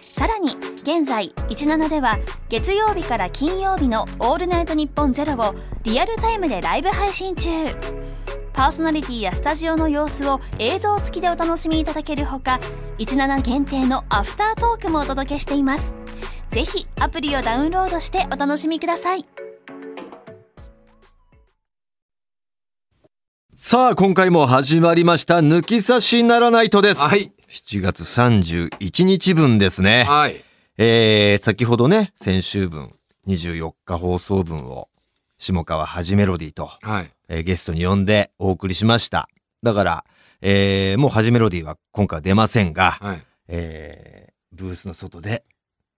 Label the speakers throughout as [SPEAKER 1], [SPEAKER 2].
[SPEAKER 1] さらに現在17では月曜日から金曜日の「オールナイトニッポンゼロをリアルタイムでライブ配信中パーソナリティやスタジオの様子を映像付きでお楽しみいただけるほか17限定のアフタートークもお届けしていますぜひアプリをダウンロードしてお楽しみください
[SPEAKER 2] さあ、今回も始まりました、抜き差しならないとです。
[SPEAKER 3] はい。
[SPEAKER 2] 7月31日分ですね。
[SPEAKER 3] はい。
[SPEAKER 2] えー、先ほどね、先週分、24日放送分を、下川はじメロディと、
[SPEAKER 3] はい。
[SPEAKER 2] えーゲストに呼んでお送りしました。だから、えー、もうはじメロディは今回は出ませんが、
[SPEAKER 3] はい。
[SPEAKER 2] えー、ブースの外で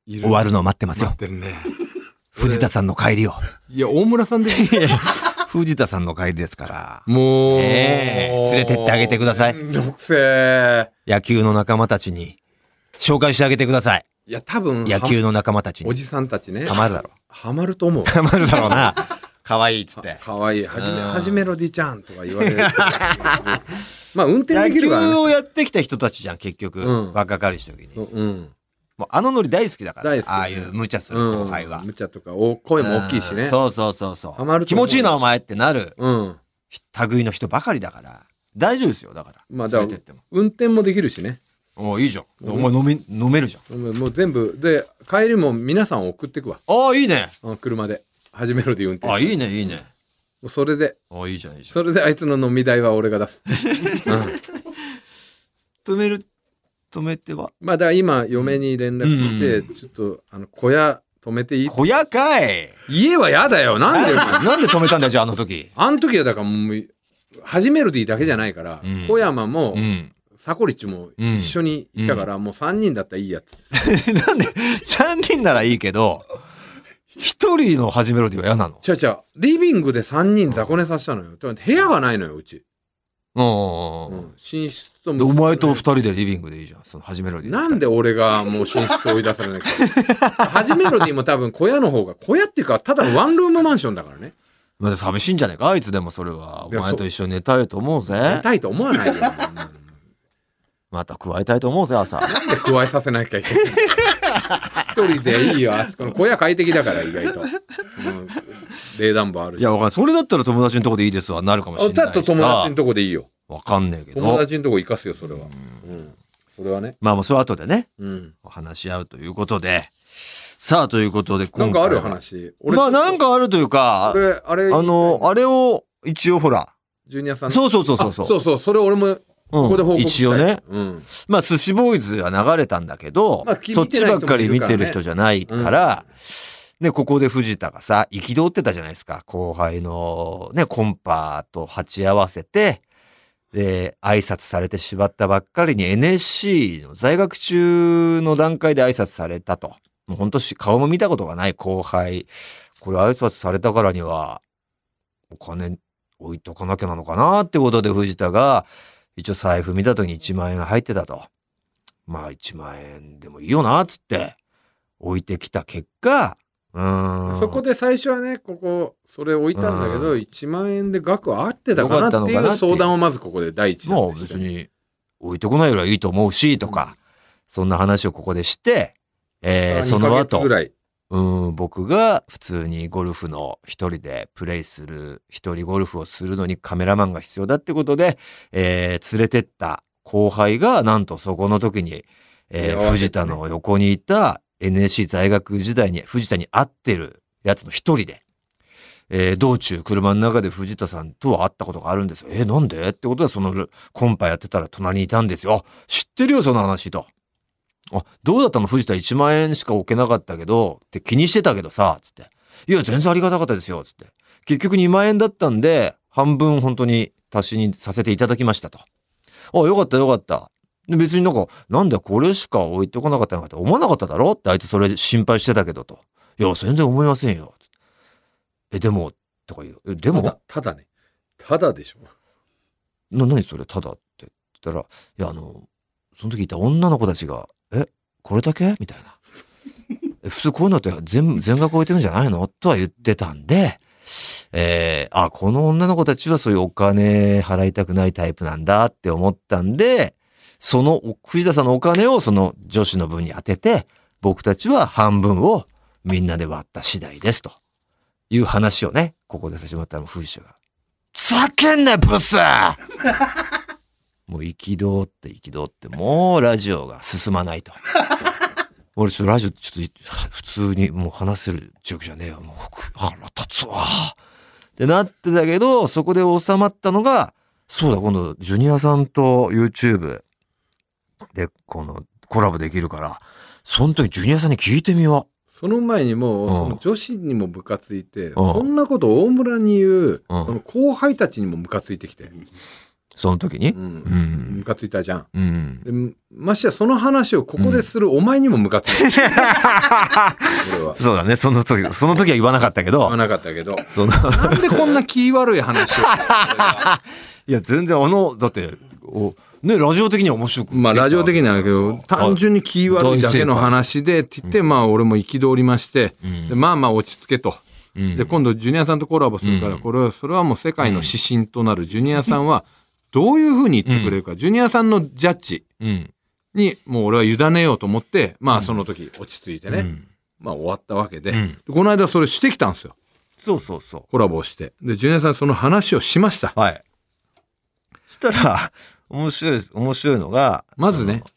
[SPEAKER 3] い
[SPEAKER 2] 終わるのを待ってますよ
[SPEAKER 3] 待っ。てるね。
[SPEAKER 2] 藤田さんの帰 りを。
[SPEAKER 3] いや、大村さんでいい
[SPEAKER 2] 藤田さんの帰りですから。
[SPEAKER 3] もう、
[SPEAKER 2] ええ連れてってあげてください
[SPEAKER 3] めんどくせえ。
[SPEAKER 2] 野球の仲間たちに紹介してあげてください。
[SPEAKER 3] いや、多分、
[SPEAKER 2] 野球の仲間たち
[SPEAKER 3] お
[SPEAKER 2] に。
[SPEAKER 3] じさんたちね。
[SPEAKER 2] ハマるだろ。
[SPEAKER 3] ハマると 思う。
[SPEAKER 2] ハマるだろうな。可愛いっつって。
[SPEAKER 3] かわいい。はじめ、
[SPEAKER 2] うん
[SPEAKER 3] はじめロディちゃんとか言われる。 まあ、運転
[SPEAKER 2] 野
[SPEAKER 3] できるから
[SPEAKER 2] 球
[SPEAKER 3] ね。
[SPEAKER 2] をやってきた人たちじゃん、結局。
[SPEAKER 3] うん
[SPEAKER 2] 若かりし時に。
[SPEAKER 3] う
[SPEAKER 2] も
[SPEAKER 3] ん。
[SPEAKER 2] うあのノリ大好きだから、
[SPEAKER 3] 大好き
[SPEAKER 2] ああいう無茶する
[SPEAKER 3] う
[SPEAKER 2] 後
[SPEAKER 3] ん。
[SPEAKER 2] 輩は。
[SPEAKER 3] むちゃとか、お声も大きいし
[SPEAKER 2] う
[SPEAKER 3] ね
[SPEAKER 2] ん。そうそうそうそ
[SPEAKER 3] ハマ
[SPEAKER 2] う。
[SPEAKER 3] る
[SPEAKER 2] 気
[SPEAKER 3] と思
[SPEAKER 2] 持
[SPEAKER 3] う
[SPEAKER 2] ちいいな、お前ってなる、
[SPEAKER 3] うん。
[SPEAKER 2] 類の人ばかりだから。大丈夫ですよ、だから。
[SPEAKER 3] まあ、だ
[SPEAKER 2] 連
[SPEAKER 3] か
[SPEAKER 2] れて
[SPEAKER 3] ら
[SPEAKER 2] っても。
[SPEAKER 3] 運転もできるしね。
[SPEAKER 2] おういいじゃん。お前飲め、飲めるじゃん。
[SPEAKER 3] うんもう全部。で、帰りも皆さんを送ってくわ。
[SPEAKER 2] ああ、いいね。
[SPEAKER 3] うん車で。はじめロディ運転。
[SPEAKER 2] ああ、いい
[SPEAKER 3] も
[SPEAKER 2] ね、いいね。
[SPEAKER 3] うそれで、
[SPEAKER 2] ああ、いいじゃん、いいじゃん。
[SPEAKER 3] それであいつの飲み代は俺が出す。 うん
[SPEAKER 2] 止める、止めては
[SPEAKER 3] まあだから今嫁に連絡して、
[SPEAKER 2] う
[SPEAKER 3] ちょっとあの小屋止めていい
[SPEAKER 2] 小屋かい。
[SPEAKER 3] 家はやだよなんでよ
[SPEAKER 2] なんで止めたんだよ、じゃあ、あの時。
[SPEAKER 3] あの時はだからもう初めるでいいだけじゃないから、
[SPEAKER 2] うん
[SPEAKER 3] 小山も、
[SPEAKER 2] うん。
[SPEAKER 3] サコリッチも一緒にいたから、もう3人だったらいいやって
[SPEAKER 2] なんで、3人ならいいけど、1人の始めろでは嫌なの。
[SPEAKER 3] ちゃちゃリビングで3人雑魚寝させたのよてか部屋がないのようち、
[SPEAKER 2] うん
[SPEAKER 3] う
[SPEAKER 2] うんうん
[SPEAKER 3] ん、寝室と
[SPEAKER 2] うん。で、お前と2人でリビングでいいじゃん、その始めろで。
[SPEAKER 3] なんで俺がもう寝室を追い出されなきゃ。初めロディも多分小屋の方が、小屋っていうかただのワンルームマンションだからね。
[SPEAKER 2] まあ、寂しいんじゃないかあいつでもそれは。お
[SPEAKER 3] いや
[SPEAKER 2] 前と一緒に寝たいと思う
[SPEAKER 3] 寝
[SPEAKER 2] ぜ。
[SPEAKER 3] たいと思わないよ。そんなの
[SPEAKER 2] また加えたいと思うぜ、 朝。
[SPEAKER 3] で加えさせなきゃいけない。一人でいいよ、あそこの小屋快適だから、意外と。うん、冷暖房ある
[SPEAKER 2] い
[SPEAKER 3] し。
[SPEAKER 2] や、わかんない。それだったら友達のとこでいいですわ、なるかもしれな
[SPEAKER 3] た
[SPEAKER 2] い
[SPEAKER 3] と
[SPEAKER 2] し
[SPEAKER 3] 友達
[SPEAKER 2] さ
[SPEAKER 3] の。とこでいいよ。
[SPEAKER 2] わかんねえけ
[SPEAKER 3] 友
[SPEAKER 2] ど。
[SPEAKER 3] 達のとこ行かすよ、それは。うん。それはね。
[SPEAKER 2] まあ、もうそれは後でね、
[SPEAKER 3] うん。
[SPEAKER 2] お話し合うということで。さあ、ということで、
[SPEAKER 3] な
[SPEAKER 2] 今
[SPEAKER 3] んか
[SPEAKER 2] 回
[SPEAKER 3] あ
[SPEAKER 2] は
[SPEAKER 3] る話。
[SPEAKER 2] まあ、なん
[SPEAKER 3] か、
[SPEAKER 2] かあるというか
[SPEAKER 3] あ、れ、あれ、
[SPEAKER 2] あの、あれを、一応ほら、
[SPEAKER 3] ジュニアさん。
[SPEAKER 2] そうそうそうそう
[SPEAKER 3] あそうそう、それ俺も、ここで報
[SPEAKER 2] うん
[SPEAKER 3] 告したい
[SPEAKER 2] 一応ね。
[SPEAKER 3] うん。
[SPEAKER 2] まあ、寿司ボーイズは流れたんだけど、
[SPEAKER 3] まあき
[SPEAKER 2] そっちばっかり見
[SPEAKER 3] 見
[SPEAKER 2] て
[SPEAKER 3] て
[SPEAKER 2] る
[SPEAKER 3] る
[SPEAKER 2] 人
[SPEAKER 3] 人
[SPEAKER 2] じゃないから、ね、ここで藤田がさ、憤ってたじゃないですか。後輩のね、コンパと鉢合わせて、で、挨拶されてしまったばっかりに NSC の在学中の段階で挨拶されたと。もう本当し、顔も見たことがない後輩。これ挨拶されたからには、お金置いとかなきゃなのかなってことで藤田が、一応財布見た時に1万円が入ってたと。まあ1万円でもいいよな、つって置いてきた結果、うーん。
[SPEAKER 3] そこで最初はね、ここ、それ置いたんだけど、
[SPEAKER 2] う
[SPEAKER 3] 1万円で額合ってたか
[SPEAKER 2] よか
[SPEAKER 3] なってい
[SPEAKER 2] ったのかな
[SPEAKER 3] う
[SPEAKER 2] っていう
[SPEAKER 3] 相談をまずここで第一弾
[SPEAKER 2] も
[SPEAKER 3] で
[SPEAKER 2] う
[SPEAKER 3] した
[SPEAKER 2] 別に置いてこないよりはいいと思うし、とか、そんな話をここでして、えーその
[SPEAKER 3] 二ヶ月
[SPEAKER 2] 後
[SPEAKER 3] ぐ、らい。
[SPEAKER 2] うん、僕が普通にゴルフの一人でプレイする、一人ゴルフをするのにカメラマンが必要だってことで、えー連れてった後輩が、なんとそこの時に、えー
[SPEAKER 3] 出会わせてね
[SPEAKER 2] 藤田の横にいた NSC 在学時代に藤田に会ってるやつの一人で、えー道中車の中で藤田さんとは会ったことがあるんですよ。えーなんでってことはそのコンパやってたら隣にいたんですよ。知ってるよ、その話と。あ、どうだったの藤田1万円しか置けなかったけど、って気にしてたけどさ、つって。いや、全然ありがたかったですよ、つって。結局2万円だったんで、半分本当に足しにさせていただきましたと。あ、よかったよかった。で別になんか、なんだこれしか置いてこなかったのかって思わなかっただろってあいつそれ心配してたけどと。いや、全然思いませんよ。え、でも、とか言う。え、でも、
[SPEAKER 3] ただただねただでしょ
[SPEAKER 2] な、何それ、ただって。言ったら、いや、あの、その時いた女の子たちが、え、これだけみたいな。え普通こういうのって全部全額置いてるんじゃないのとは言ってたんで、えー、あ、この女の子たちはそういうお金払いたくないタイプなんだって思ったんで、そのお藤田さんのお金をその女子の分に当てて、僕たちは半分をみんなで割った次第ですという話をね、ここでさせてもらったの、藤田が。叫んなブスもう憤って憤ってもうラジオが進まないと。 俺ちょっとラジオちょっとは普通にもう話せる状況じゃねえよ。もうふく腹立つわ。ってなってたけど、そこで収まったのが、そうだ、今度ジュニアさんと YouTube でこのコラボできるから、その時ジュニアさんに聞いてみよ
[SPEAKER 3] その前に
[SPEAKER 2] う
[SPEAKER 3] もうんその女子にもムカついて
[SPEAKER 2] ん
[SPEAKER 3] そんなことを大村に言う
[SPEAKER 2] うん
[SPEAKER 3] その後輩たちにもムカついてきて
[SPEAKER 2] う。その時に
[SPEAKER 3] う。ん
[SPEAKER 2] うん。
[SPEAKER 3] ムカついたじゃん
[SPEAKER 2] うん。
[SPEAKER 3] でましてやその話をここでするお前にもムカつい てきて俺は
[SPEAKER 2] そうだね、その時、その時は言わなかったけ
[SPEAKER 3] 言わ
[SPEAKER 2] ど、
[SPEAKER 3] なかった けど
[SPEAKER 2] その、
[SPEAKER 3] なんでこんな気悪い話を
[SPEAKER 2] いや、全然あの、だって、お、ね、ラジオ的には面白く。
[SPEAKER 3] まあラジオ的なんだけど単純に気悪いだけの話でって言ってまあ俺も憤りまして
[SPEAKER 2] ん
[SPEAKER 3] でまあまあ落ち着けと。
[SPEAKER 2] に
[SPEAKER 3] で今度ジュニアさんとコラボするからこれはそれはもう世界の指針となるジュニアさんはどういうふうに言ってくれるかジュニアさんのジャッジ
[SPEAKER 2] うん。
[SPEAKER 3] にもう俺は委ねようと思ってまあその時落ち着いて
[SPEAKER 2] う
[SPEAKER 3] ね
[SPEAKER 2] ん
[SPEAKER 3] まあ終わったわけで
[SPEAKER 2] う
[SPEAKER 3] で
[SPEAKER 2] ん
[SPEAKER 3] この間それしてきたんですよ
[SPEAKER 2] そうそうそ
[SPEAKER 3] コラボをしてでジュニアさんその話をしました
[SPEAKER 2] う。はい。したら、面白いです、面白いのが、
[SPEAKER 3] まずね
[SPEAKER 2] あの。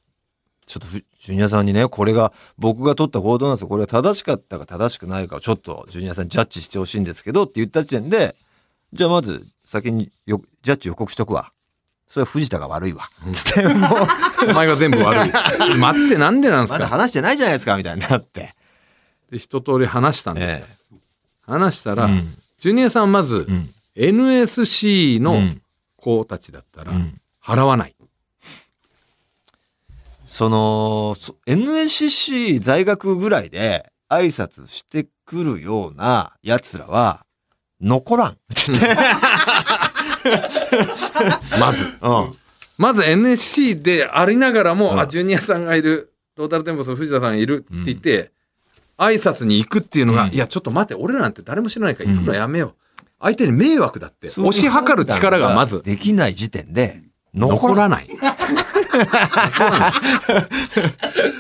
[SPEAKER 2] ちょっとふジュニアさんにね、これが、僕が取った行動なんですよ。これが正しかったか正しくないかをちょっとジュニアさんジャッジしてほしいんですけどって言った時点で、じゃあまず先によジャッジ予告しとくわ。それは藤田が悪いわ。つって、もう。
[SPEAKER 3] お前が全部 悪い待ってなんでなんです
[SPEAKER 2] まだ
[SPEAKER 3] か
[SPEAKER 2] 話してないじゃないですかみたいになって。
[SPEAKER 3] で一通り話したんですよ話したら
[SPEAKER 2] うん
[SPEAKER 3] ジュニアさんまず
[SPEAKER 2] うん
[SPEAKER 3] NSC
[SPEAKER 2] う
[SPEAKER 3] の
[SPEAKER 2] ん
[SPEAKER 3] 子たちだったら
[SPEAKER 2] ん
[SPEAKER 3] 払わない
[SPEAKER 2] そのそ NSCC 在学ぐらいで挨拶してくるようなやつらは残らん。
[SPEAKER 3] まず
[SPEAKER 2] うん。
[SPEAKER 3] まず NSC でありながらも、あ、ジュニアさんがいる、トータルテンボスの藤田さんいるって言って、挨拶に行くっていうのが、
[SPEAKER 2] うん
[SPEAKER 3] いや、ちょっと待って、俺らなんて誰も知らないから行くのやめよう。相手に迷惑だって。推し量る力がまず、
[SPEAKER 2] できない時点で残ら
[SPEAKER 3] 残ら
[SPEAKER 2] ん。
[SPEAKER 3] ない。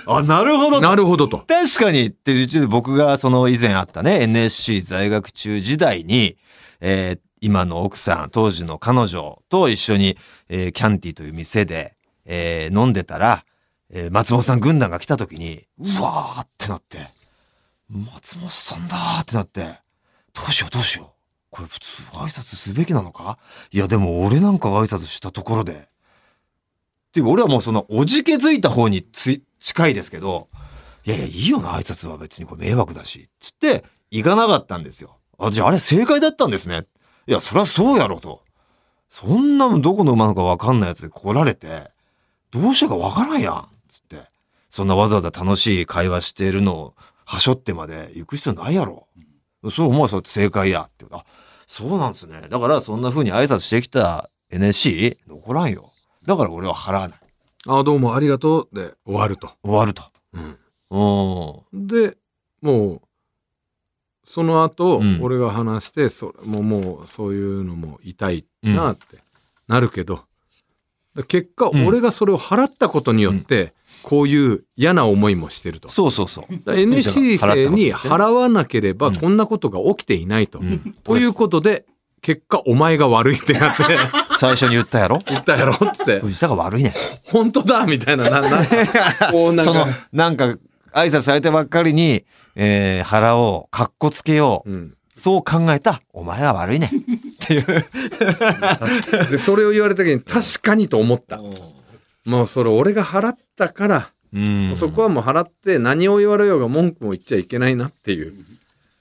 [SPEAKER 2] あ、なるほど。
[SPEAKER 3] なるほどと。
[SPEAKER 2] 確かにっていううちで僕がその以前あったね NSC 在学中時代に、えー今の奥さん当時の彼女と一緒に、えーキャンティという店で、えー飲んでたら、えー松本さん軍団が来た時にうわーってなって松本さんだーってなってどうしようどうしようこれ普通挨拶すべきなのかいやでも俺なんかが挨拶したところでっていう俺はもうそのおじけづいた方につい近いですけどいやいや、いいよな、挨拶は別にこれ迷惑だし。つって、行かなかったんですよ。あ、じゃああれ正解だったんですね。いや、そりゃそうやろと。そんなのどこの馬なのかわかんないやつで来られて、どうしたかわからんやん。つって。そんなわざわざ楽しい会話してるのを、はしょってまで行く必要ないやろ。そう、お前それ正解や。って。あ、そうなんですね。だからそんな風に挨拶してきた NSC、残らんよ。だから俺は払わない。
[SPEAKER 3] あ、どうもありがとうで終わると。
[SPEAKER 2] 終わると。
[SPEAKER 3] うん
[SPEAKER 2] うん。
[SPEAKER 3] で、もう、その後、
[SPEAKER 2] うん
[SPEAKER 3] 俺が話して、それももう、そういうのも痛いなってなるけど、だ結果、
[SPEAKER 2] ん
[SPEAKER 3] 俺がそれを払ったことによって、こういう嫌な思いもしてると。
[SPEAKER 2] そうそうそう。
[SPEAKER 3] だ NSC 生
[SPEAKER 2] 払っ
[SPEAKER 3] に
[SPEAKER 2] たこと
[SPEAKER 3] 払わなければ、
[SPEAKER 2] うん
[SPEAKER 3] こんなことが起きていないと。
[SPEAKER 2] ねうん
[SPEAKER 3] ということで、結果、お前が悪いってな って、
[SPEAKER 2] 最初に言ったや ろ
[SPEAKER 3] 言ったやろって、
[SPEAKER 2] 藤田が悪いね。
[SPEAKER 3] 本当だみたいな、な、な、こうなん
[SPEAKER 2] その
[SPEAKER 3] か、、
[SPEAKER 2] なんか、挨拶されてばっかりに、えー腹を、かっこつけよう。
[SPEAKER 3] うん。
[SPEAKER 2] そう考えた、お前は悪いね。っていう。
[SPEAKER 3] でそれを言われた時に確かにと思ったもうそれ俺が払ったから、
[SPEAKER 2] うん
[SPEAKER 3] そこはもう払って何を言われようが文句も言っちゃいけないなっていう
[SPEAKER 2] っ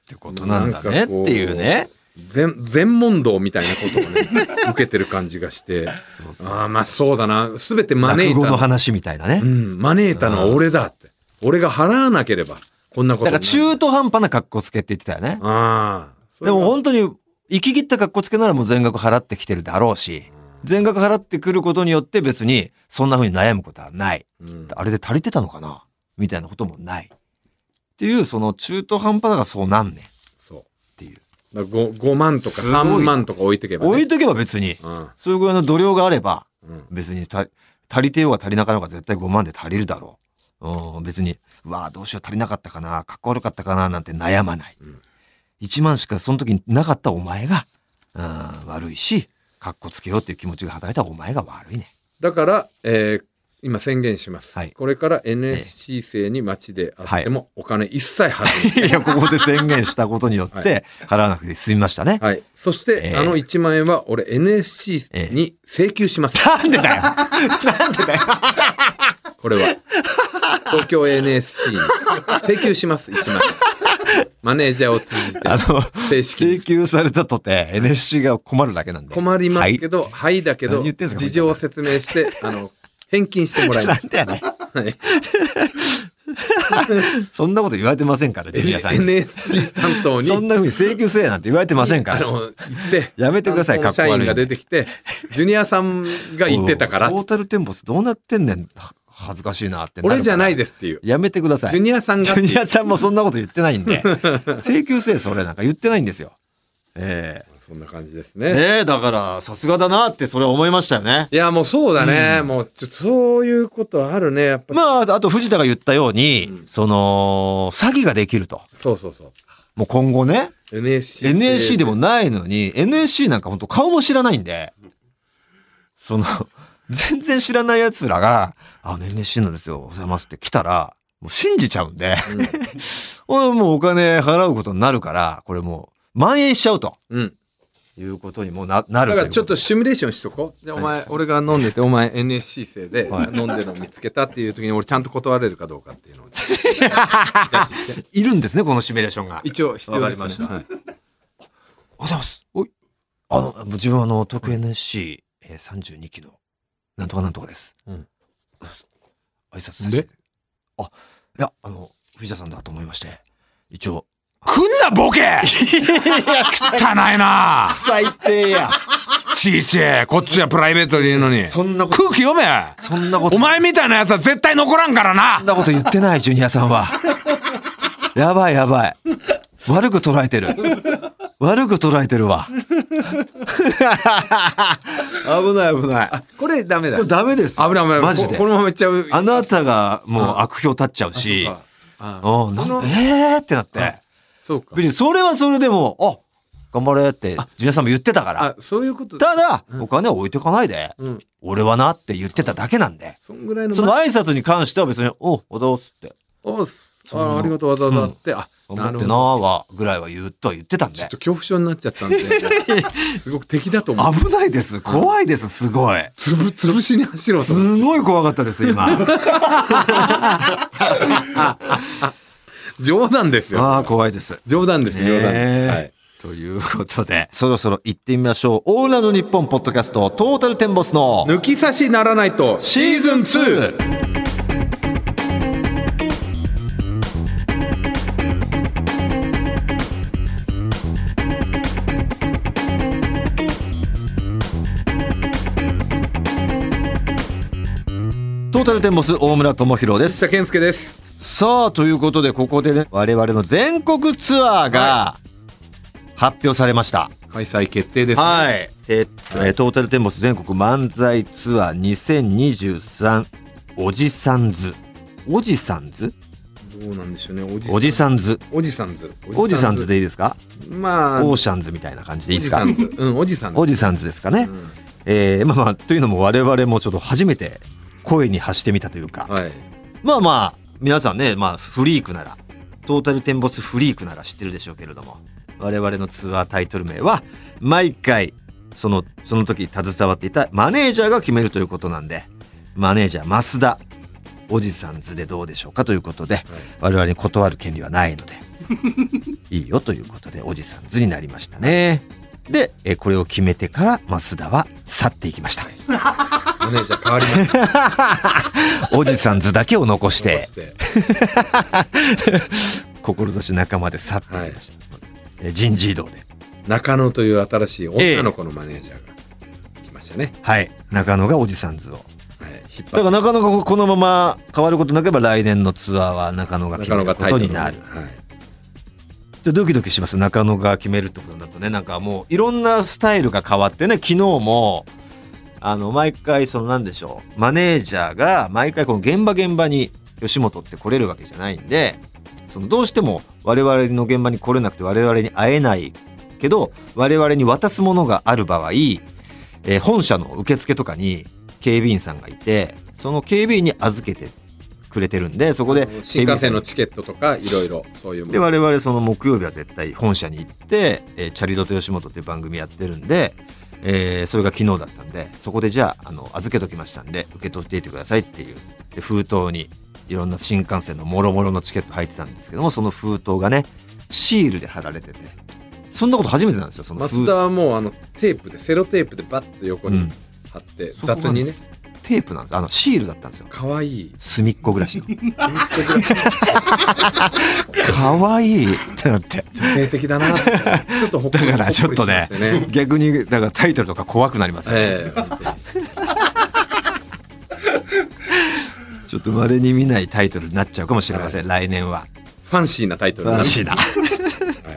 [SPEAKER 2] てことなんだねっていうね。
[SPEAKER 3] 全全問答みたいなこと をね受けてる感じがして
[SPEAKER 2] そうそう
[SPEAKER 3] ああまあそうだな全て招
[SPEAKER 2] 落
[SPEAKER 3] いた
[SPEAKER 2] 語の
[SPEAKER 3] の、
[SPEAKER 2] 話みたいなね
[SPEAKER 3] う。ん、招いたのは俺だって俺が払わなければこんなこ
[SPEAKER 2] だ
[SPEAKER 3] と
[SPEAKER 2] から中途半端な格好つけって言ってたよね。
[SPEAKER 3] ああそ
[SPEAKER 2] で
[SPEAKER 3] れは
[SPEAKER 2] も本当に、行き切った格好つけならもう全額払ってきてるだろうし、全額払ってくることによって別にそんな風に悩むことはない。
[SPEAKER 3] うん
[SPEAKER 2] あれで足りてたのかなみたいなこともない。っていう、その中途半端だがそうなんねんっ
[SPEAKER 3] そう
[SPEAKER 2] ていう。
[SPEAKER 3] だから 5, 5万と
[SPEAKER 2] す
[SPEAKER 3] か
[SPEAKER 2] ごい
[SPEAKER 3] 3万とか置いてけば、ね、
[SPEAKER 2] 置いとけば別に、
[SPEAKER 3] うん
[SPEAKER 2] そういうぐらいの度量があれば、
[SPEAKER 3] うん
[SPEAKER 2] 別に足り足りてようが足りなかろうが絶対5万で足りるだろう。うん、別に、うわあどうしよう足りなかったかな、かっこ悪かったかな、なんて悩まない。
[SPEAKER 3] ん
[SPEAKER 2] 1万しかその時になかったお前が、うん、悪いし、かっこつけようっていう気持ちが働いたお前が悪いね。
[SPEAKER 3] だから、えー今宣言します、
[SPEAKER 2] はい
[SPEAKER 3] これから NSC 生に街であってもお金一切 払
[SPEAKER 2] い
[SPEAKER 3] いません
[SPEAKER 2] や、ここで宣言したことによっ
[SPEAKER 3] は
[SPEAKER 2] て、払わなくて済みましたね。
[SPEAKER 3] はい、そして、
[SPEAKER 2] ええ
[SPEAKER 3] あの1万円は俺 NSC に請求します、
[SPEAKER 2] なんでだよなんでだよ
[SPEAKER 3] こ れは東京 NSC に請求します1万円マネージャーを通じて
[SPEAKER 2] あの、
[SPEAKER 3] 正式
[SPEAKER 2] 請
[SPEAKER 3] に
[SPEAKER 2] 求されたとて NSC が困るだけなんで。
[SPEAKER 3] 困りますけどはい、だけど
[SPEAKER 2] 何言ってんすか
[SPEAKER 3] 事情を説明してあの返金してもらいま
[SPEAKER 2] なん
[SPEAKER 3] す
[SPEAKER 2] だよね。
[SPEAKER 3] はい
[SPEAKER 2] そんなこと言われてませんから、ジュニアさんに。
[SPEAKER 3] NSC 担当に
[SPEAKER 2] そんな風に請求せえなんて言われてませんか
[SPEAKER 3] あ
[SPEAKER 2] ら。
[SPEAKER 3] の行って
[SPEAKER 2] やめてください
[SPEAKER 3] 担当
[SPEAKER 2] かっ
[SPEAKER 3] の
[SPEAKER 2] こ悪いん
[SPEAKER 3] 社員
[SPEAKER 2] で
[SPEAKER 3] が出てきてジュニアさんが言ってたか ら
[SPEAKER 2] トータルテンボスどうなってんねん。は恥ずかしいなってるから
[SPEAKER 3] 俺じゃないですっていう
[SPEAKER 2] やめてください。
[SPEAKER 3] ジュニアさんがって
[SPEAKER 2] ジ
[SPEAKER 3] いう
[SPEAKER 2] ュニアさんもそんなこと言ってないん で。請求せえ、それなんか言ってないんですよ。え
[SPEAKER 3] そんな感じです
[SPEAKER 2] え
[SPEAKER 3] ね
[SPEAKER 2] ねえ、だから、さすがだなって、それは思いましたよね。
[SPEAKER 3] いやもうそうだね、もうちょそういうことあるねやっぱ、
[SPEAKER 2] まあ、あと藤田が言ったように、その、詐欺ができると。
[SPEAKER 3] そうそうそう
[SPEAKER 2] もう今後ね、
[SPEAKER 3] NSC
[SPEAKER 2] NSC でもないのに、NSC なんか本当顔も知らないんで、その、 全然知らない奴らが、あの NSC なんですよ、おはようございますって来たら、もう信じちゃうんで、俺 もうお金払うことになるから、これもう、蔓延しちゃうと
[SPEAKER 3] うん
[SPEAKER 2] いうことにもうななる
[SPEAKER 3] だからちょっと
[SPEAKER 2] という
[SPEAKER 3] シミュレーションしとこう。じゃあお前、俺が飲んでて、お前 NSC 生で
[SPEAKER 2] はい
[SPEAKER 3] 飲んでるの見つけたっていう時に俺ちゃんと断れるかどうかっていうのを。
[SPEAKER 2] ことでいるんですね、このシミュレーションが。
[SPEAKER 3] 一応必要ですね
[SPEAKER 2] わかりました
[SPEAKER 3] は
[SPEAKER 2] おは
[SPEAKER 3] い
[SPEAKER 2] ようございます。おい。あの、自分はあの、東京 NSC32、えー、32期の、なんとかなんとかです。
[SPEAKER 3] うん
[SPEAKER 2] 挨拶させて。あ、いや、あの、藤田さんだと思いまして、一応。
[SPEAKER 4] 来んな ボケ汚いな
[SPEAKER 2] 最低や。
[SPEAKER 4] ちいちいこっちはプライベートでいいのに空
[SPEAKER 2] そんなこと、
[SPEAKER 4] 気読め
[SPEAKER 2] そんなこと、
[SPEAKER 4] お前みたいなやつは絶対残らんから
[SPEAKER 2] そ
[SPEAKER 4] なん
[SPEAKER 2] なこと言ってない、ジュニアさんは。やばいやばい。悪く捉えてる。悪く捉えてるわ。危ない危ない。
[SPEAKER 3] これダメだ。
[SPEAKER 2] これ
[SPEAKER 3] 危
[SPEAKER 2] ダメです
[SPEAKER 3] な
[SPEAKER 2] よ。
[SPEAKER 3] い危ない。
[SPEAKER 2] マジで
[SPEAKER 3] ここ。のままいっちゃう。
[SPEAKER 2] あなたがもう悪評立っちゃうし、
[SPEAKER 3] ああ
[SPEAKER 2] うんなんえーってなって。
[SPEAKER 3] そうか。
[SPEAKER 2] 別にそれはそれでも、あ頑張れって、ジュニアさんも言ってたから。
[SPEAKER 3] あ、そういうこと。
[SPEAKER 2] ただ、お金は置いてかないで、
[SPEAKER 3] うん。
[SPEAKER 2] 俺はなって言ってただけなんで。
[SPEAKER 3] そんぐらいの。
[SPEAKER 2] その挨拶に関しては別に、おおどうすって、
[SPEAKER 3] おっす。
[SPEAKER 2] んな
[SPEAKER 3] あありがとうわざわざって。あ、
[SPEAKER 2] 思
[SPEAKER 3] な
[SPEAKER 2] っ
[SPEAKER 3] る
[SPEAKER 2] て
[SPEAKER 3] ほ
[SPEAKER 2] な
[SPEAKER 3] ど。
[SPEAKER 2] は、ぐらいは言うとは言ってたん
[SPEAKER 3] ちょ
[SPEAKER 2] で
[SPEAKER 3] っと。恐怖症になっちゃったんで。すごく敵だと思う。
[SPEAKER 2] 危ないです。怖いです。すごい。
[SPEAKER 3] つぶ、つぶしに走ろうと思う。
[SPEAKER 2] すごい怖かったです、 今。
[SPEAKER 3] 冗談ですよ。
[SPEAKER 2] ああ、怖いです。
[SPEAKER 3] 冗談です、冗談
[SPEAKER 2] ねえ
[SPEAKER 3] です。はい。
[SPEAKER 2] ということで、そろそろ行ってみましょう。オーラの日本ポッドキャスト、トータルテンボスの、
[SPEAKER 3] 抜き差しならないと。
[SPEAKER 2] シーズン 2! トータルテンボス大村智弘で
[SPEAKER 3] 下
[SPEAKER 2] す。
[SPEAKER 3] 健介です。
[SPEAKER 2] さあ、ということで、ここでね、我々の全国ツアーが発表されました。
[SPEAKER 3] 開催決定です、
[SPEAKER 2] はい。えっと、えートータルテンボス全国漫才ツアー2023おじさんず。おじさんず
[SPEAKER 3] どうなんでしょうね。おじ
[SPEAKER 2] おじさんず。
[SPEAKER 3] おじさんず。
[SPEAKER 2] おじさんずでいいですか
[SPEAKER 3] まあ、
[SPEAKER 2] オー
[SPEAKER 3] お
[SPEAKER 2] シャンズみたいな感じでいいで
[SPEAKER 3] じ
[SPEAKER 2] すか
[SPEAKER 3] さんず。うん、おじさんず。
[SPEAKER 2] おじさんずですかね。
[SPEAKER 3] うん
[SPEAKER 2] えーまあまあ、というのも我々もちょっと初めて声に発してみたというか。
[SPEAKER 3] はい。
[SPEAKER 2] まあまあ、皆さんね、まあ、フリークなら、トータルテンボスフリークなら知ってるでしょうけれども、我々のツアータイトル名は、毎回、その、その時携わっていたマネージャーが決めるということなんで、マネージャー、増田、おじさん図でどうでしょうかということで、我々に断る権利はないので、いいよということで、おじさん図になりましたね。で、えこれを決めてから、増田は去っていきました。
[SPEAKER 3] マネージャー変わりました。
[SPEAKER 2] おじさん図だけを残 し
[SPEAKER 3] そ
[SPEAKER 2] て
[SPEAKER 3] し、て
[SPEAKER 2] 志仲間で去っていきました、えー人事異動で
[SPEAKER 3] 中野という新しい女の子のマネージャーが来ましたね、
[SPEAKER 2] はい中野がおじさんズを
[SPEAKER 3] はい、引っ
[SPEAKER 2] だから
[SPEAKER 3] 張っ
[SPEAKER 2] 中野がこのまま変わることなければ来年のツアーは中野が
[SPEAKER 3] て
[SPEAKER 2] 決め
[SPEAKER 3] 中野
[SPEAKER 2] る
[SPEAKER 3] が
[SPEAKER 2] こ
[SPEAKER 3] タイト
[SPEAKER 2] と
[SPEAKER 3] ル
[SPEAKER 2] になる
[SPEAKER 3] はい、
[SPEAKER 2] でドキドキします中野が決めるってことになるとねなんかもういろんなスタイルが変わってね昨日もあの毎回そのなんでしょうマネージャーが毎回この現場現場に吉本って来れるわけじゃないんでそのどうしても我々の現場に来れなくて我々に会えないけど我々に渡すものがある場合、えー本社の受付とかに警備員さんがいてその警備員に預けてくれてるんでそこで
[SPEAKER 3] 新
[SPEAKER 2] 警備
[SPEAKER 3] 幹線
[SPEAKER 2] 員さん
[SPEAKER 3] の
[SPEAKER 2] に
[SPEAKER 3] チケットとかいろいろそういうも
[SPEAKER 2] で
[SPEAKER 3] の
[SPEAKER 2] 我々その木曜日は絶対本社に行って「えーチャリドと吉本」っていう番組やってるんで、えーそれが昨日だったんでそこでじゃああの預けときましたんで受け取っていてくださいっていうで封筒にいろんな新幹線のもろもろのチケット入ってたんですけどもその封筒がねシールで貼られててそんなこと初めてなんですよその封
[SPEAKER 3] 松田はもうあのテープでセロテープでバッと横
[SPEAKER 2] う
[SPEAKER 3] に
[SPEAKER 2] ん
[SPEAKER 3] 貼って、
[SPEAKER 2] そこが
[SPEAKER 3] 雑にね
[SPEAKER 2] テープなんですあのシールだったんですよ
[SPEAKER 3] 可愛いい
[SPEAKER 2] 隅っこ暮ら しのかわいいってなっ て
[SPEAKER 3] 女性的だなってちょっとほっこり
[SPEAKER 2] だからちょっとね
[SPEAKER 3] ほこりしましたよ
[SPEAKER 2] 逆にだからタイトルとか怖くなりますよね、
[SPEAKER 3] ええ本当に
[SPEAKER 2] ちょっと稀に見ないタイトルになっちゃうかもしれません、来年は。
[SPEAKER 3] ファンシーなタイトル
[SPEAKER 2] らしい
[SPEAKER 3] な
[SPEAKER 2] な。
[SPEAKER 3] はい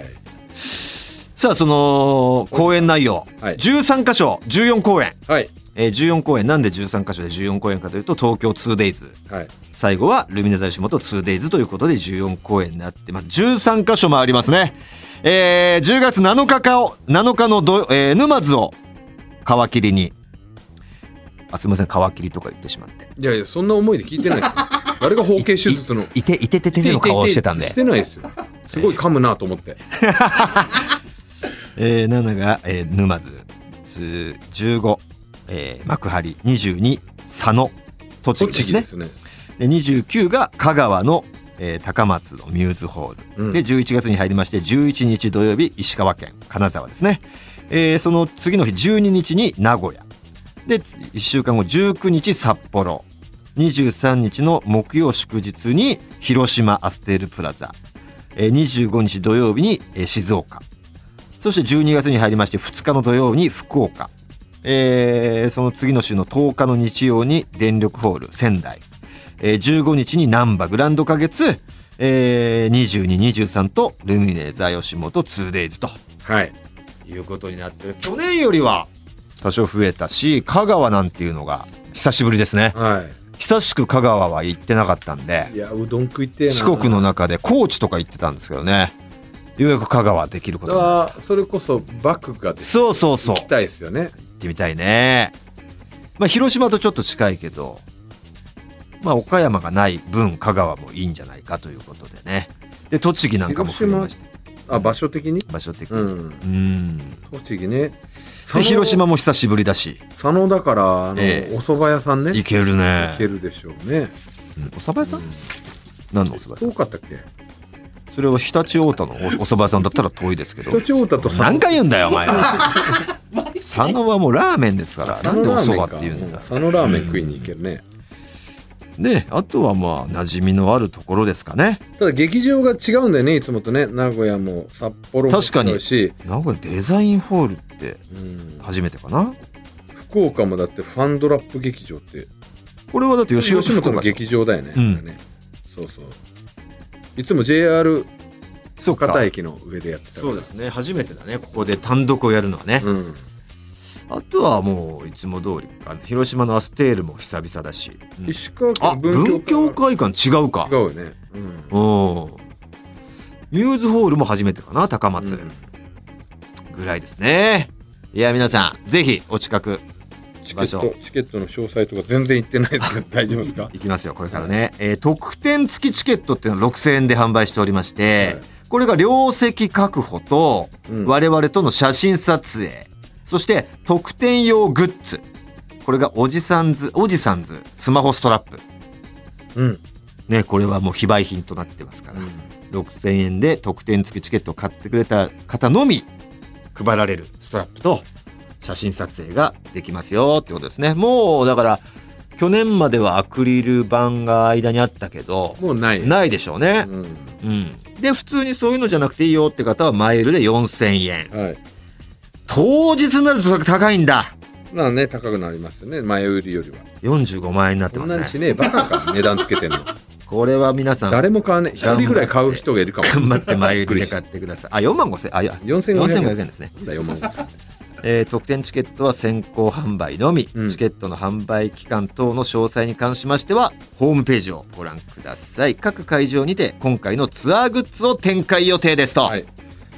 [SPEAKER 2] さあ、その、公演内容。
[SPEAKER 3] はい
[SPEAKER 2] 13箇所、14公演。
[SPEAKER 3] はい
[SPEAKER 2] えー、14公演、なんで13箇所で14公演かというと、東京 2days。
[SPEAKER 3] はい
[SPEAKER 2] 最後は、ルミネ座吉本 2days ということで14公演になってます。13箇所もありますね。えー、10月7日かを、7日のど、えー沼津を皮切りに。あ、すいません、皮切りとか言ってしまって。
[SPEAKER 3] いやいやそんな思いで聞いてない ですよ誰が包茎手術の
[SPEAKER 2] いいて、いてててての顔をしてたんで
[SPEAKER 3] し。てないですよすごい噛むなと思って
[SPEAKER 2] えー、7が、えー沼津つ15、えー幕張22佐野栃木
[SPEAKER 3] 栃
[SPEAKER 2] です
[SPEAKER 3] 木
[SPEAKER 2] ね
[SPEAKER 3] ですね
[SPEAKER 2] で29が香川の、えー高松のミューズホール、
[SPEAKER 3] うん
[SPEAKER 2] で11月に入りまして11日土曜日石川県金沢ですね、えーその次の日12日に名古屋で1週間後19日札幌23日の木曜祝日に広島アステールプラザえー25日土曜日にえー静岡そして12月に入りまして2日の土曜日に福岡、えーその次の週の10日の日曜に電力ホール仙台、えー15日に難波グランド花月、えー、2223とルミネーザー吉本 2days と
[SPEAKER 3] はい
[SPEAKER 2] いうことになってる去年よりは多少増えたし香川なんていうのが久しぶりですね
[SPEAKER 3] は
[SPEAKER 2] 久しく香川は行ってなかったんで
[SPEAKER 3] いいやうどん食いてえな
[SPEAKER 2] 四国の中で高知とか行ってたんですけどねようやく香川できることになっ
[SPEAKER 3] あーそれこそバクが
[SPEAKER 2] た
[SPEAKER 3] です
[SPEAKER 2] そうそうそ
[SPEAKER 3] 行
[SPEAKER 2] う
[SPEAKER 3] きたいですよね
[SPEAKER 2] 行ってみたいねまあ広島とちょっと近いけどまあ岡山がない分香川もいいんじゃないかということでねで栃木なんかも増えまして
[SPEAKER 3] あ場所的に
[SPEAKER 2] 場所的に
[SPEAKER 3] う
[SPEAKER 2] うんん
[SPEAKER 3] 栃木ね
[SPEAKER 2] で広島も久しぶりだし
[SPEAKER 3] 佐野だからあの、
[SPEAKER 2] ええ
[SPEAKER 3] お蕎麦屋さんね
[SPEAKER 2] いけるね
[SPEAKER 3] 行けるでしょうね
[SPEAKER 2] うんお蕎麦屋さん何のお蕎麦
[SPEAKER 3] 遠
[SPEAKER 2] 屋さ
[SPEAKER 3] かったっけ
[SPEAKER 2] んそれは常陸太田のおお 蕎麦屋さんだったら遠いですけど
[SPEAKER 3] 人地太 田と
[SPEAKER 2] 何
[SPEAKER 3] 佐野
[SPEAKER 2] 回言うんだよお前は佐野はもうラーメンですからなんでお蕎
[SPEAKER 3] 佐野ラ
[SPEAKER 2] 麦
[SPEAKER 3] ーメンか
[SPEAKER 2] って言うんだ
[SPEAKER 3] 佐野ラーメン食いに行けるね、
[SPEAKER 2] であとはまあ馴染みのあるところですかね
[SPEAKER 3] ただ劇場が違うんだよねいつもとね名古屋も札幌も
[SPEAKER 2] 確かに
[SPEAKER 3] 違うし、
[SPEAKER 2] 名古屋デザインホールって
[SPEAKER 3] うん
[SPEAKER 2] 初めてかな
[SPEAKER 3] 福岡もだってファンドラップ劇場って
[SPEAKER 2] これはだって吉
[SPEAKER 3] 吉
[SPEAKER 2] 本福
[SPEAKER 3] 本の
[SPEAKER 2] 岡でしょ
[SPEAKER 3] 劇場だよね,、
[SPEAKER 2] うん
[SPEAKER 3] ねそうそういつも JR
[SPEAKER 2] そうか
[SPEAKER 3] 片駅の上でやってたから
[SPEAKER 2] そうですね初めてだねここで単独をやるのはね、
[SPEAKER 3] うん
[SPEAKER 2] あとはもういつも通りか広島のアステールも久々だし、うん
[SPEAKER 3] 石川
[SPEAKER 2] あ
[SPEAKER 3] 県
[SPEAKER 2] 文
[SPEAKER 3] 文
[SPEAKER 2] 教
[SPEAKER 3] 教会
[SPEAKER 2] 会館違うか
[SPEAKER 3] 違うよね、うん
[SPEAKER 2] うんミューズホールも初めてかな高松、
[SPEAKER 3] うん
[SPEAKER 2] ぐらいですねいや皆さんぜひお近く
[SPEAKER 3] チケットチケットの詳細とか全然言ってないで すけど大丈夫ですか
[SPEAKER 2] 行きますよこれからね、えー特典付きチケットっていうのを6000円で販売しておりまして、
[SPEAKER 3] はい
[SPEAKER 2] これが両席確保と
[SPEAKER 3] うん
[SPEAKER 2] 我々との写真撮影、そして特典用グッズこれがおじさんずおじさんずスマホストラップ
[SPEAKER 3] うん、
[SPEAKER 2] ねこれはもう非売品となってますから、6000円で特典付きチケットを買ってくれた方のみ配られるストラップと写真撮影ができますよってことですねもうだから去年まではアクリル板が間にあったけど
[SPEAKER 3] もうない
[SPEAKER 2] ないでしょうね
[SPEAKER 3] う、ん
[SPEAKER 2] うん、で普通にそういうのじゃなくていいよって方はマイルで4000円
[SPEAKER 3] はい
[SPEAKER 2] 当日になると高いんだ
[SPEAKER 3] なあね高くなりますね前売りよりは
[SPEAKER 2] 45万円になって
[SPEAKER 3] そ
[SPEAKER 2] ま
[SPEAKER 3] んなに
[SPEAKER 2] す
[SPEAKER 3] し
[SPEAKER 2] ね
[SPEAKER 3] ねえバカか値段つけてんの
[SPEAKER 2] これは皆さん
[SPEAKER 3] 誰も買わねえ一人ぐらい買う人がいるかも
[SPEAKER 2] 頑張って前売りで買
[SPEAKER 3] っ
[SPEAKER 2] ってくださいあ4万5千あいや
[SPEAKER 3] 4500
[SPEAKER 2] 4500円ですね
[SPEAKER 3] なんだよ万5
[SPEAKER 2] えー特典チケットは先行販売のみ、
[SPEAKER 3] うん
[SPEAKER 2] チケットの販売期間等の詳細に関しましてはホームページをご覧ください各会場にて今回のツアーグッズを展開予定ですと、
[SPEAKER 3] はい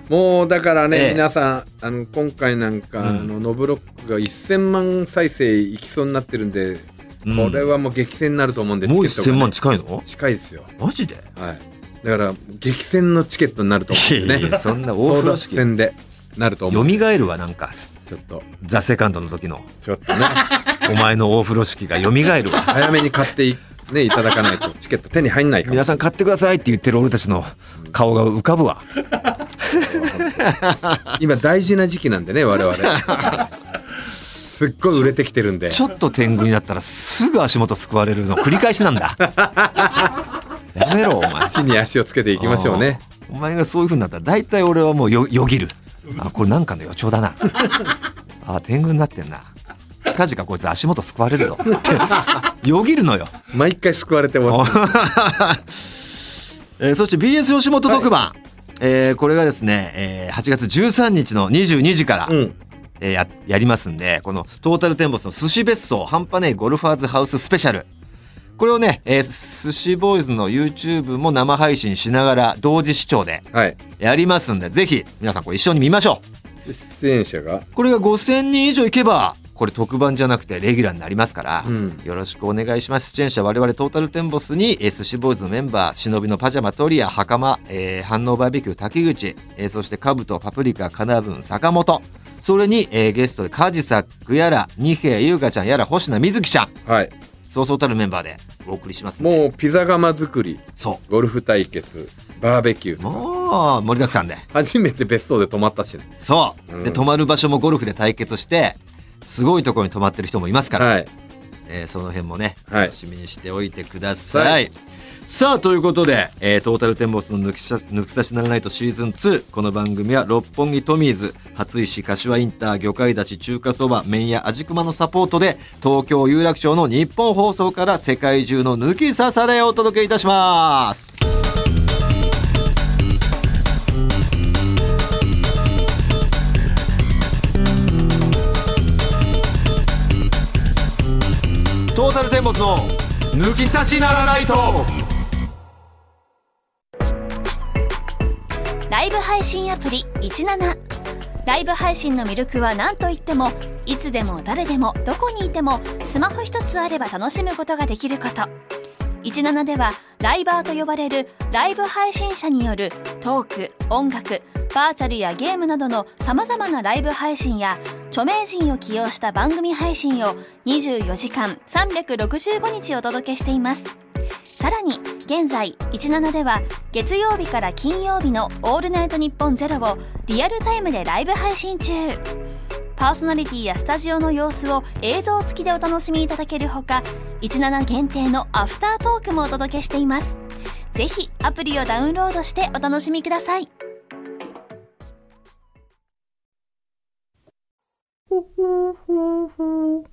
[SPEAKER 3] もうだからね、
[SPEAKER 2] ええ
[SPEAKER 3] 皆さんあの今回なんか、
[SPEAKER 2] うん
[SPEAKER 3] あのノブロックが1000万再生いきそうになってるんで、
[SPEAKER 2] うん
[SPEAKER 3] これはもう激戦になると思うんで
[SPEAKER 2] もう
[SPEAKER 3] チケット
[SPEAKER 2] 1000
[SPEAKER 3] がね
[SPEAKER 2] 万近いの
[SPEAKER 3] 近いですよ
[SPEAKER 2] マジで
[SPEAKER 3] はいだから激戦のチケットになると思うん
[SPEAKER 2] いや
[SPEAKER 3] で
[SPEAKER 2] い
[SPEAKER 3] ね
[SPEAKER 2] やそんな大風呂敷
[SPEAKER 3] 争奪戦でなると思
[SPEAKER 2] よ
[SPEAKER 3] う
[SPEAKER 2] みがえるわなんか
[SPEAKER 3] ちょっと
[SPEAKER 2] ザ・セカンドの時の
[SPEAKER 3] ちょっとね
[SPEAKER 2] お前の大風呂敷がよみがえる わ
[SPEAKER 3] 早めに買ってい,、ね、いただかないとチケット手に入んないかも
[SPEAKER 2] 皆さん買ってくださいって言ってる俺たちの顔が浮かぶわ
[SPEAKER 3] 今大事な時期なんでね 我々すっごい売れてきてるんで
[SPEAKER 2] ちょっと天狗になったらすぐ足元すくわれるの繰り返しなん だやめろお前
[SPEAKER 3] 地に足をつけていきましょうね
[SPEAKER 2] あー。お前がそういう風になったら大体俺はもうよよぎる。あこれなんかの予兆 だな。あ天狗になってんな。近々こいつ足元すくわれるぞ。ってよぎるのよ。
[SPEAKER 3] 毎回救われても
[SPEAKER 2] えーそして BS 吉本特番、えーこれがですね、えー8月13日の22時から、
[SPEAKER 3] うん
[SPEAKER 2] えーややりますんでこのトータルテンボスの寿司別荘半端ねえゴルファーズハウススペシャルこれをね、えー寿司ボーイズの YouTube も生配信しながら同時視聴で
[SPEAKER 3] はい
[SPEAKER 2] やりますんで、ぜひ皆さんこれ一緒に見ましょ
[SPEAKER 3] 出演者が
[SPEAKER 2] う。これが5000人以上いけば、これ特番じゃなくてレギュラーになりますから、
[SPEAKER 3] うん
[SPEAKER 2] よろしくお願いします。出演者我々トータルテンボスに、えー、寿司ボーイズのメンバー、忍びのパジャマトリア、袴、えー、反応バーベキュー滝口、えーそしてカブト、パプリカ、カナブン、坂本、それに、えーゲストでカジサックやら、ニヘイ、ユウカちゃんやら、星名瑞希ちゃん、
[SPEAKER 3] はい
[SPEAKER 2] そうそうたるメンバーでお送りしますんで。
[SPEAKER 3] もうピザ窯作り
[SPEAKER 2] そ
[SPEAKER 3] ゴルフ対決バーベキュー
[SPEAKER 2] う。
[SPEAKER 3] とか
[SPEAKER 2] もう、盛りだくさんで。
[SPEAKER 3] 初めてベストで泊まったしね
[SPEAKER 2] そう、
[SPEAKER 3] うん
[SPEAKER 2] で泊まる場所もゴルフで対決してすごいところに泊まってる人もいますから、
[SPEAKER 3] はい
[SPEAKER 2] えーその辺もね、
[SPEAKER 3] はい
[SPEAKER 2] 楽しみにしておいてください、
[SPEAKER 3] は
[SPEAKER 2] さあということで、えートータルテンボスの抜き差抜き差しならないとシーズン2この番組は六本木トミーズ初石柏インター魚介だし中華そば麺屋味熊のサポートで東京有楽町の日本放送から世界中の抜き差されをお届けいたしますトータルテンボスの
[SPEAKER 4] 抜き差しならないと
[SPEAKER 1] ライブ配信アプリ17ライブ配信の魅力は何といってもいつでも誰でもどこにいてもスマホ一つあれば楽しむことができること17ではライバーと呼ばれるライブ配信者によるトーク音楽バーチャルやゲームなどのさまざまなライブ配信や著名人を起用した番組配信を24時間365日お届けしていますさらに現在17では月曜日から金曜日の「オールナイトニッポンゼロをリアルタイムでライブ配信中パーソナリティやスタジオの様子を映像付きでお楽しみいただけるほか17限定のアフタートークもお届けしていますぜひアプリをダウンロードしてお楽しみください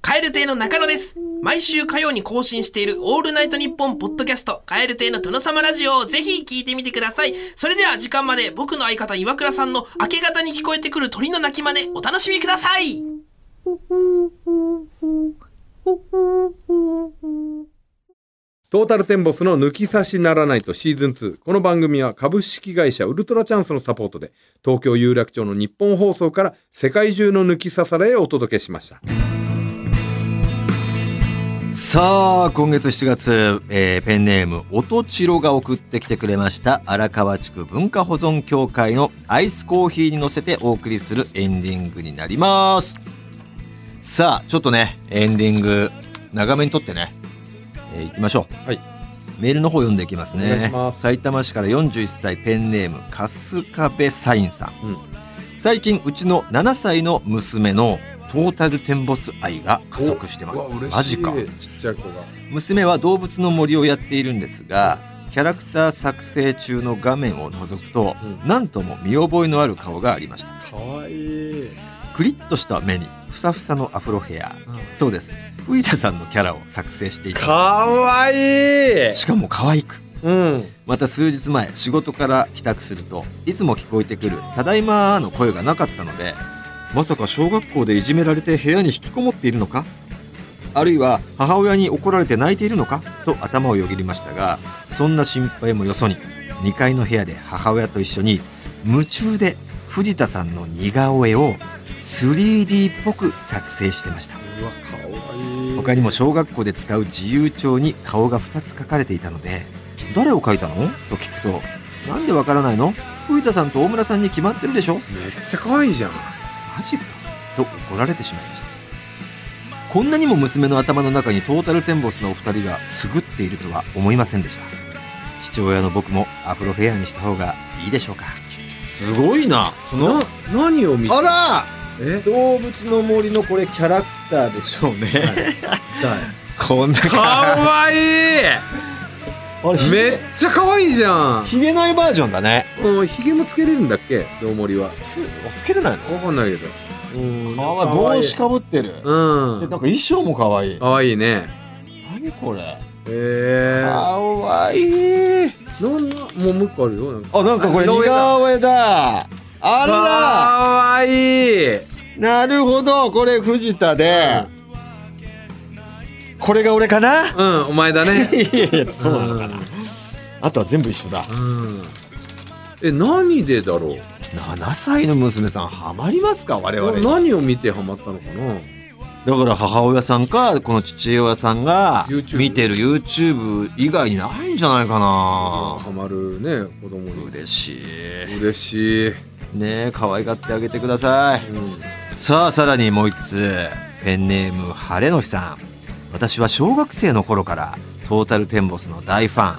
[SPEAKER 5] カエル亭の中野です。毎週火曜に更新しているオールナイトニッポンポッドキャスト、カエル亭の殿様ラジオをぜひ聞いてみてください。それでは時間まで僕の相方岩倉さんの明け方に聞こえてくる鳥の鳴き真似、お楽しみください。
[SPEAKER 3] トータルテンボスの抜き差しならないとシーズン2。この番組は株式会社ウルトラチャンスのサポートで、東京有楽町の日本放送から世界中の抜き差されへお届けしました。
[SPEAKER 2] さあ今月7月、えーペンネーム音千代が送ってきてくれました荒川地区文化保存協会のアイスコーヒーに乗せてお送りするエンディングになりますさあちょっとねエンディング長めにとってね、えー、いきましょう
[SPEAKER 3] はい
[SPEAKER 2] メールの方読んでいきますね
[SPEAKER 3] お願いします
[SPEAKER 2] 埼玉市から41歳ペンネーム春日部サインさん
[SPEAKER 3] うん。
[SPEAKER 2] 最近うちの7歳の娘のトータルテンボス愛が加速してますマジか
[SPEAKER 3] ちっちゃい子が。
[SPEAKER 2] 娘は動物の森をやっているんですがキャラクター作成中の画面を覗くと、
[SPEAKER 3] う
[SPEAKER 2] なんとも見覚えのある顔がありました
[SPEAKER 3] かわいい。
[SPEAKER 2] クリッとした目にふさふさのアフロヘア、そうですウイタさんのキャラを作成してい
[SPEAKER 3] か
[SPEAKER 2] た
[SPEAKER 3] わいい
[SPEAKER 2] しかも可愛く
[SPEAKER 3] うん
[SPEAKER 2] また数日前仕事から帰宅するといつも聞こえてくる「ただいま」の声がなかったのでまさか小学校でいじめられて部屋に引きこもっているのかあるいは母親に怒られて泣いているのかと頭をよぎりましたがそんな心配もよそに2階の部屋で母親と一緒に夢中で藤田さんの似顔絵を 3D っぽく作成してました
[SPEAKER 3] うわかわいい
[SPEAKER 2] 他にも小学校で使う自由帳に顔が2つ描かれていたので「誰を描いたの?」と聞くと「なんでわからないの藤田さんと大村さんに決まってるでしょ
[SPEAKER 3] めっちゃ可愛いじゃん
[SPEAKER 2] マジか」と怒られてしまいましたこんなにも娘の頭の中にトータルテンボスのお二人がすぐっているとは思いませんでした父親の僕もアフロヘアにした方がいいでしょうかすごいなそ
[SPEAKER 3] な何を見て
[SPEAKER 2] ら
[SPEAKER 3] え
[SPEAKER 2] 動物の森のこれキャラクターでしょうね、
[SPEAKER 3] だい
[SPEAKER 2] こんな
[SPEAKER 3] かわいいめっちゃかわいいじゃん
[SPEAKER 2] ひげないバージョンだね。
[SPEAKER 3] もうひげもつけれるんだっけどうもりは
[SPEAKER 2] つけれない
[SPEAKER 3] わかんないけどうん
[SPEAKER 2] のあ
[SPEAKER 3] かわいい
[SPEAKER 2] 帽子かぶってる。で、
[SPEAKER 3] う
[SPEAKER 2] なん
[SPEAKER 3] ん
[SPEAKER 2] か衣装もかわいい
[SPEAKER 3] か。わいいね
[SPEAKER 2] 何これ。
[SPEAKER 3] え
[SPEAKER 2] か
[SPEAKER 3] ー、
[SPEAKER 2] わいい。
[SPEAKER 3] なんなもうもう一個あるよなんか
[SPEAKER 2] あ、なんかこれ似顔絵だ。
[SPEAKER 3] か
[SPEAKER 2] あ
[SPEAKER 3] わいい
[SPEAKER 2] らなるほど。これ藤田で。これが俺かな
[SPEAKER 3] うんお前だね
[SPEAKER 2] いやいや、そうなのかな。あとは全部一緒だ。
[SPEAKER 3] うんえ何でだろ
[SPEAKER 2] 7歳の娘さん、ハマりますか我々
[SPEAKER 3] う
[SPEAKER 2] に。
[SPEAKER 3] 何を見てハマったのかな
[SPEAKER 2] だから母親さんかこの父親さんが
[SPEAKER 3] YouTube
[SPEAKER 2] 見てる YouTube 以外にないんじゃないかな
[SPEAKER 3] ハマるね子供に
[SPEAKER 2] 嬉しい
[SPEAKER 3] 嬉しい、うん、
[SPEAKER 2] ねえ可愛がってあげてくださいさあさらにもう一つペンネーム晴れの日さん私は小学生の頃からトータルテンボスの大ファ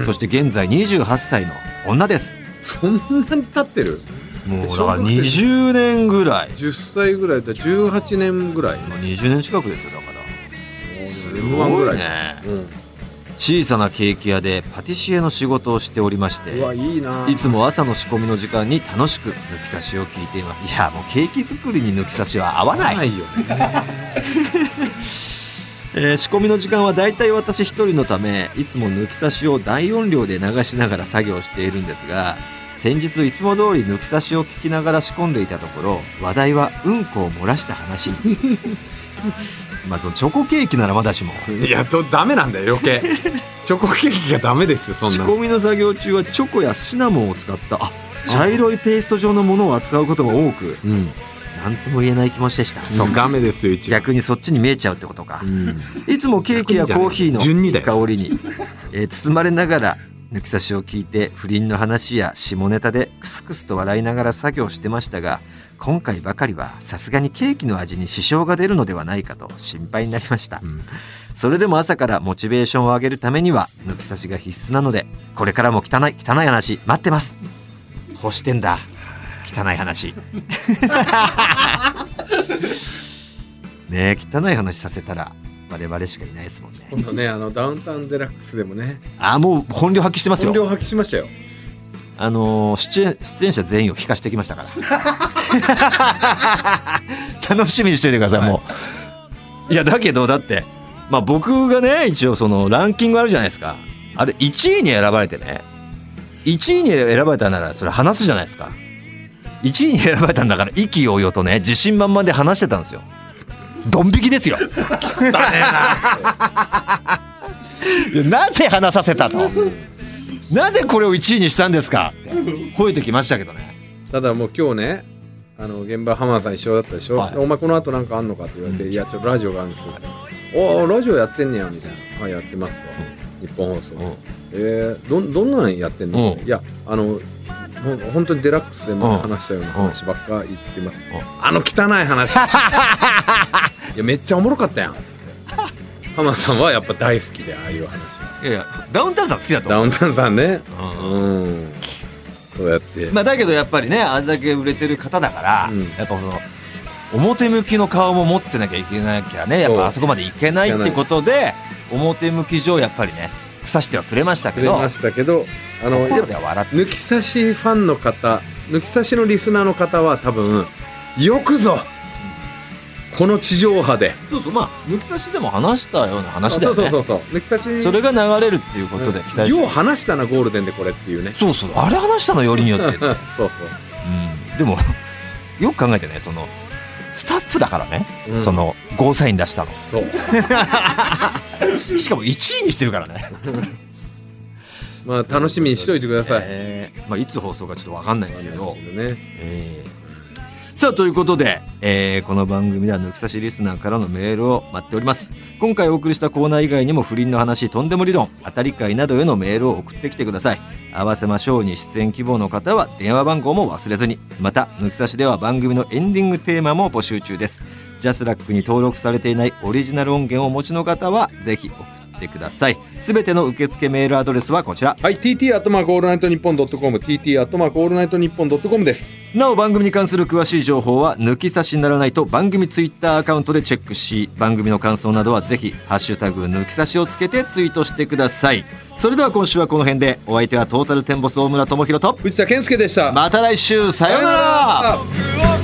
[SPEAKER 2] ン、そして現在28歳の女です
[SPEAKER 3] そんなに経ってる
[SPEAKER 2] もうだ
[SPEAKER 3] 小
[SPEAKER 2] から
[SPEAKER 3] 学生
[SPEAKER 2] 20年ぐらい
[SPEAKER 3] 10歳ぐらいだ18年ぐらい
[SPEAKER 2] もう20年近くですよだから
[SPEAKER 3] す
[SPEAKER 2] ごい
[SPEAKER 3] ぐらい
[SPEAKER 2] ね
[SPEAKER 3] うん
[SPEAKER 2] 小さなケーキ屋でパティシエの仕事をしておりまして
[SPEAKER 3] うわいいない
[SPEAKER 2] つも朝の仕込みの時間に楽しく抜き差しを聞いていますいやもうケーキ作りに抜き差しは合わない、
[SPEAKER 3] ないよね
[SPEAKER 2] えー仕込みの時間はだいたい私一人のためいつも抜き差しを大音量で流しながら作業しているんですが先日いつも通り抜き差しを聞きながら仕込んでいたところ話題はうんこを漏らした話 にまあそのチョコケーキならまだしも
[SPEAKER 3] いやとダメなんだよ余 計チョコケーキがダメですよそん
[SPEAKER 2] 仕
[SPEAKER 3] な
[SPEAKER 2] 込
[SPEAKER 3] の
[SPEAKER 2] みの作業中はチョコやシナモンを使ったあ茶色いペースト状のものを扱うことが多く
[SPEAKER 3] うん
[SPEAKER 2] 何とも言えない気持ちでした、
[SPEAKER 3] そうダメですよ一応
[SPEAKER 2] 逆にそっちに見えちゃうってことか、 いつもケーキやコーヒーの
[SPEAKER 3] 順にだよ
[SPEAKER 2] 香りに、えー包まれながら抜き差しを聞いて不倫の話や下ネタでクスクスと笑いながら作業してましたが今回ばかりはさすがにケーキの味に支障が出るのではないかと心配になりました、それでも朝からモチベーションを上げるためには抜き差しが必須なのでこれからも汚い汚い話待ってます干してんだ汚い話ねえ汚い話させたら我々しかいないですもんね
[SPEAKER 3] 今度ねあのダウンタウンデラックスでもね
[SPEAKER 2] あもう本領発揮してます
[SPEAKER 3] 音量
[SPEAKER 2] よ
[SPEAKER 3] 発揮しましたよ
[SPEAKER 2] あのー出演出演者全員を引かしてきましたから楽しみにしていてください、もういやだけどだってまあ僕がね一応そのランキングあるじゃないですかあれ1位に選ばれてね1位に選ばれたならそれ話すじゃないですか1位に選ばれたんだから意気揚々とね自信満々で話してたんですよドン引きですよ いやなぜ話させたとなぜこれを1位にしたんですかって吠えてきましたけどね
[SPEAKER 3] ただもう今日ねあの現場浜田さん一緒だったでしょ、
[SPEAKER 2] はい
[SPEAKER 3] でお前この後なんかあんのかって言われて、いやちょっとラジオがあるんですよ、おおラジオやってんねやみたいな「はいやってます」と「日本放送」えー、どんどんなんやってんの?」
[SPEAKER 2] うん
[SPEAKER 3] いやあのほん本当にデラックスで
[SPEAKER 2] うん
[SPEAKER 3] も話したような話ばっか言ってます、あの汚い話いやめっちゃおもろかったやん」つって浜田さんはやっぱ大好きでああいう話はい
[SPEAKER 2] やいやダウンタウンさん好きだと
[SPEAKER 3] ダ
[SPEAKER 2] 思う
[SPEAKER 3] ウンタウンさんね
[SPEAKER 2] う
[SPEAKER 3] うんそうやって
[SPEAKER 2] まあ、だけどやっぱりねあれだけ売れてる方だから、
[SPEAKER 3] うん
[SPEAKER 2] やっぱその表向きの顔も持ってなきゃいけなきゃねやっ
[SPEAKER 3] そう
[SPEAKER 2] ぱあそこまでいけないってことで表向き上やっぱりね腐してはくれましたけ
[SPEAKER 3] くれ
[SPEAKER 2] ど
[SPEAKER 3] ましたけどあのやっ
[SPEAKER 2] 心
[SPEAKER 3] ぱ
[SPEAKER 2] では笑って
[SPEAKER 3] 抜き差しファンの方抜き差しのリスナーの方は多分よくぞこの地上波で
[SPEAKER 2] そうそうまあ抜き差しでも話したような話だよね
[SPEAKER 3] そうそうそうそう抜き差し
[SPEAKER 2] それが流れるっていうことで期待して
[SPEAKER 3] よう話したなゴールデンでこれっていう ね
[SPEAKER 2] そうそうあれ話したのより によって、
[SPEAKER 3] そうそう
[SPEAKER 2] うん、でもよく考えてねそのスタッフだからね、
[SPEAKER 3] うん
[SPEAKER 2] そのゴーサイン出したの
[SPEAKER 3] そう
[SPEAKER 2] しかも1位にしてるからね
[SPEAKER 3] まあ楽しみにしといてください、
[SPEAKER 2] えーまあ、いつ放送かちょっと分かんないんですけど、
[SPEAKER 3] ね
[SPEAKER 2] えーさあということで、えーこの番組では抜き差しリスナーからのメールを待っております今回お送りしたコーナー以外にも不倫の話とんでも理論当たり会などへのメールを送ってきてください合わせましょうに出演希望の方は電話番号も忘れずにまた抜き差しでは番組のエンディングテーマも募集中ですジャスラックに登録されていないオリジナル音源をお持ちの方はぜひ送ってくださいすべての受付メールアドレスはこちら
[SPEAKER 3] はい TT アットマークオールナイトニッポンドットコム TT アットマークオールナイトニッポンドットコムです
[SPEAKER 2] なお番組に関する詳しい情報は抜き差しならないと番組ツイッターアカウントでチェックし番組の感想などはぜひ「ハッシュタグ抜き差し」をつけてツイートしてくださいそれでは今週はこの辺でお相手はトータルテンボス大村智広と
[SPEAKER 3] 藤田健介でした
[SPEAKER 2] また来週さようなら
[SPEAKER 3] さようなら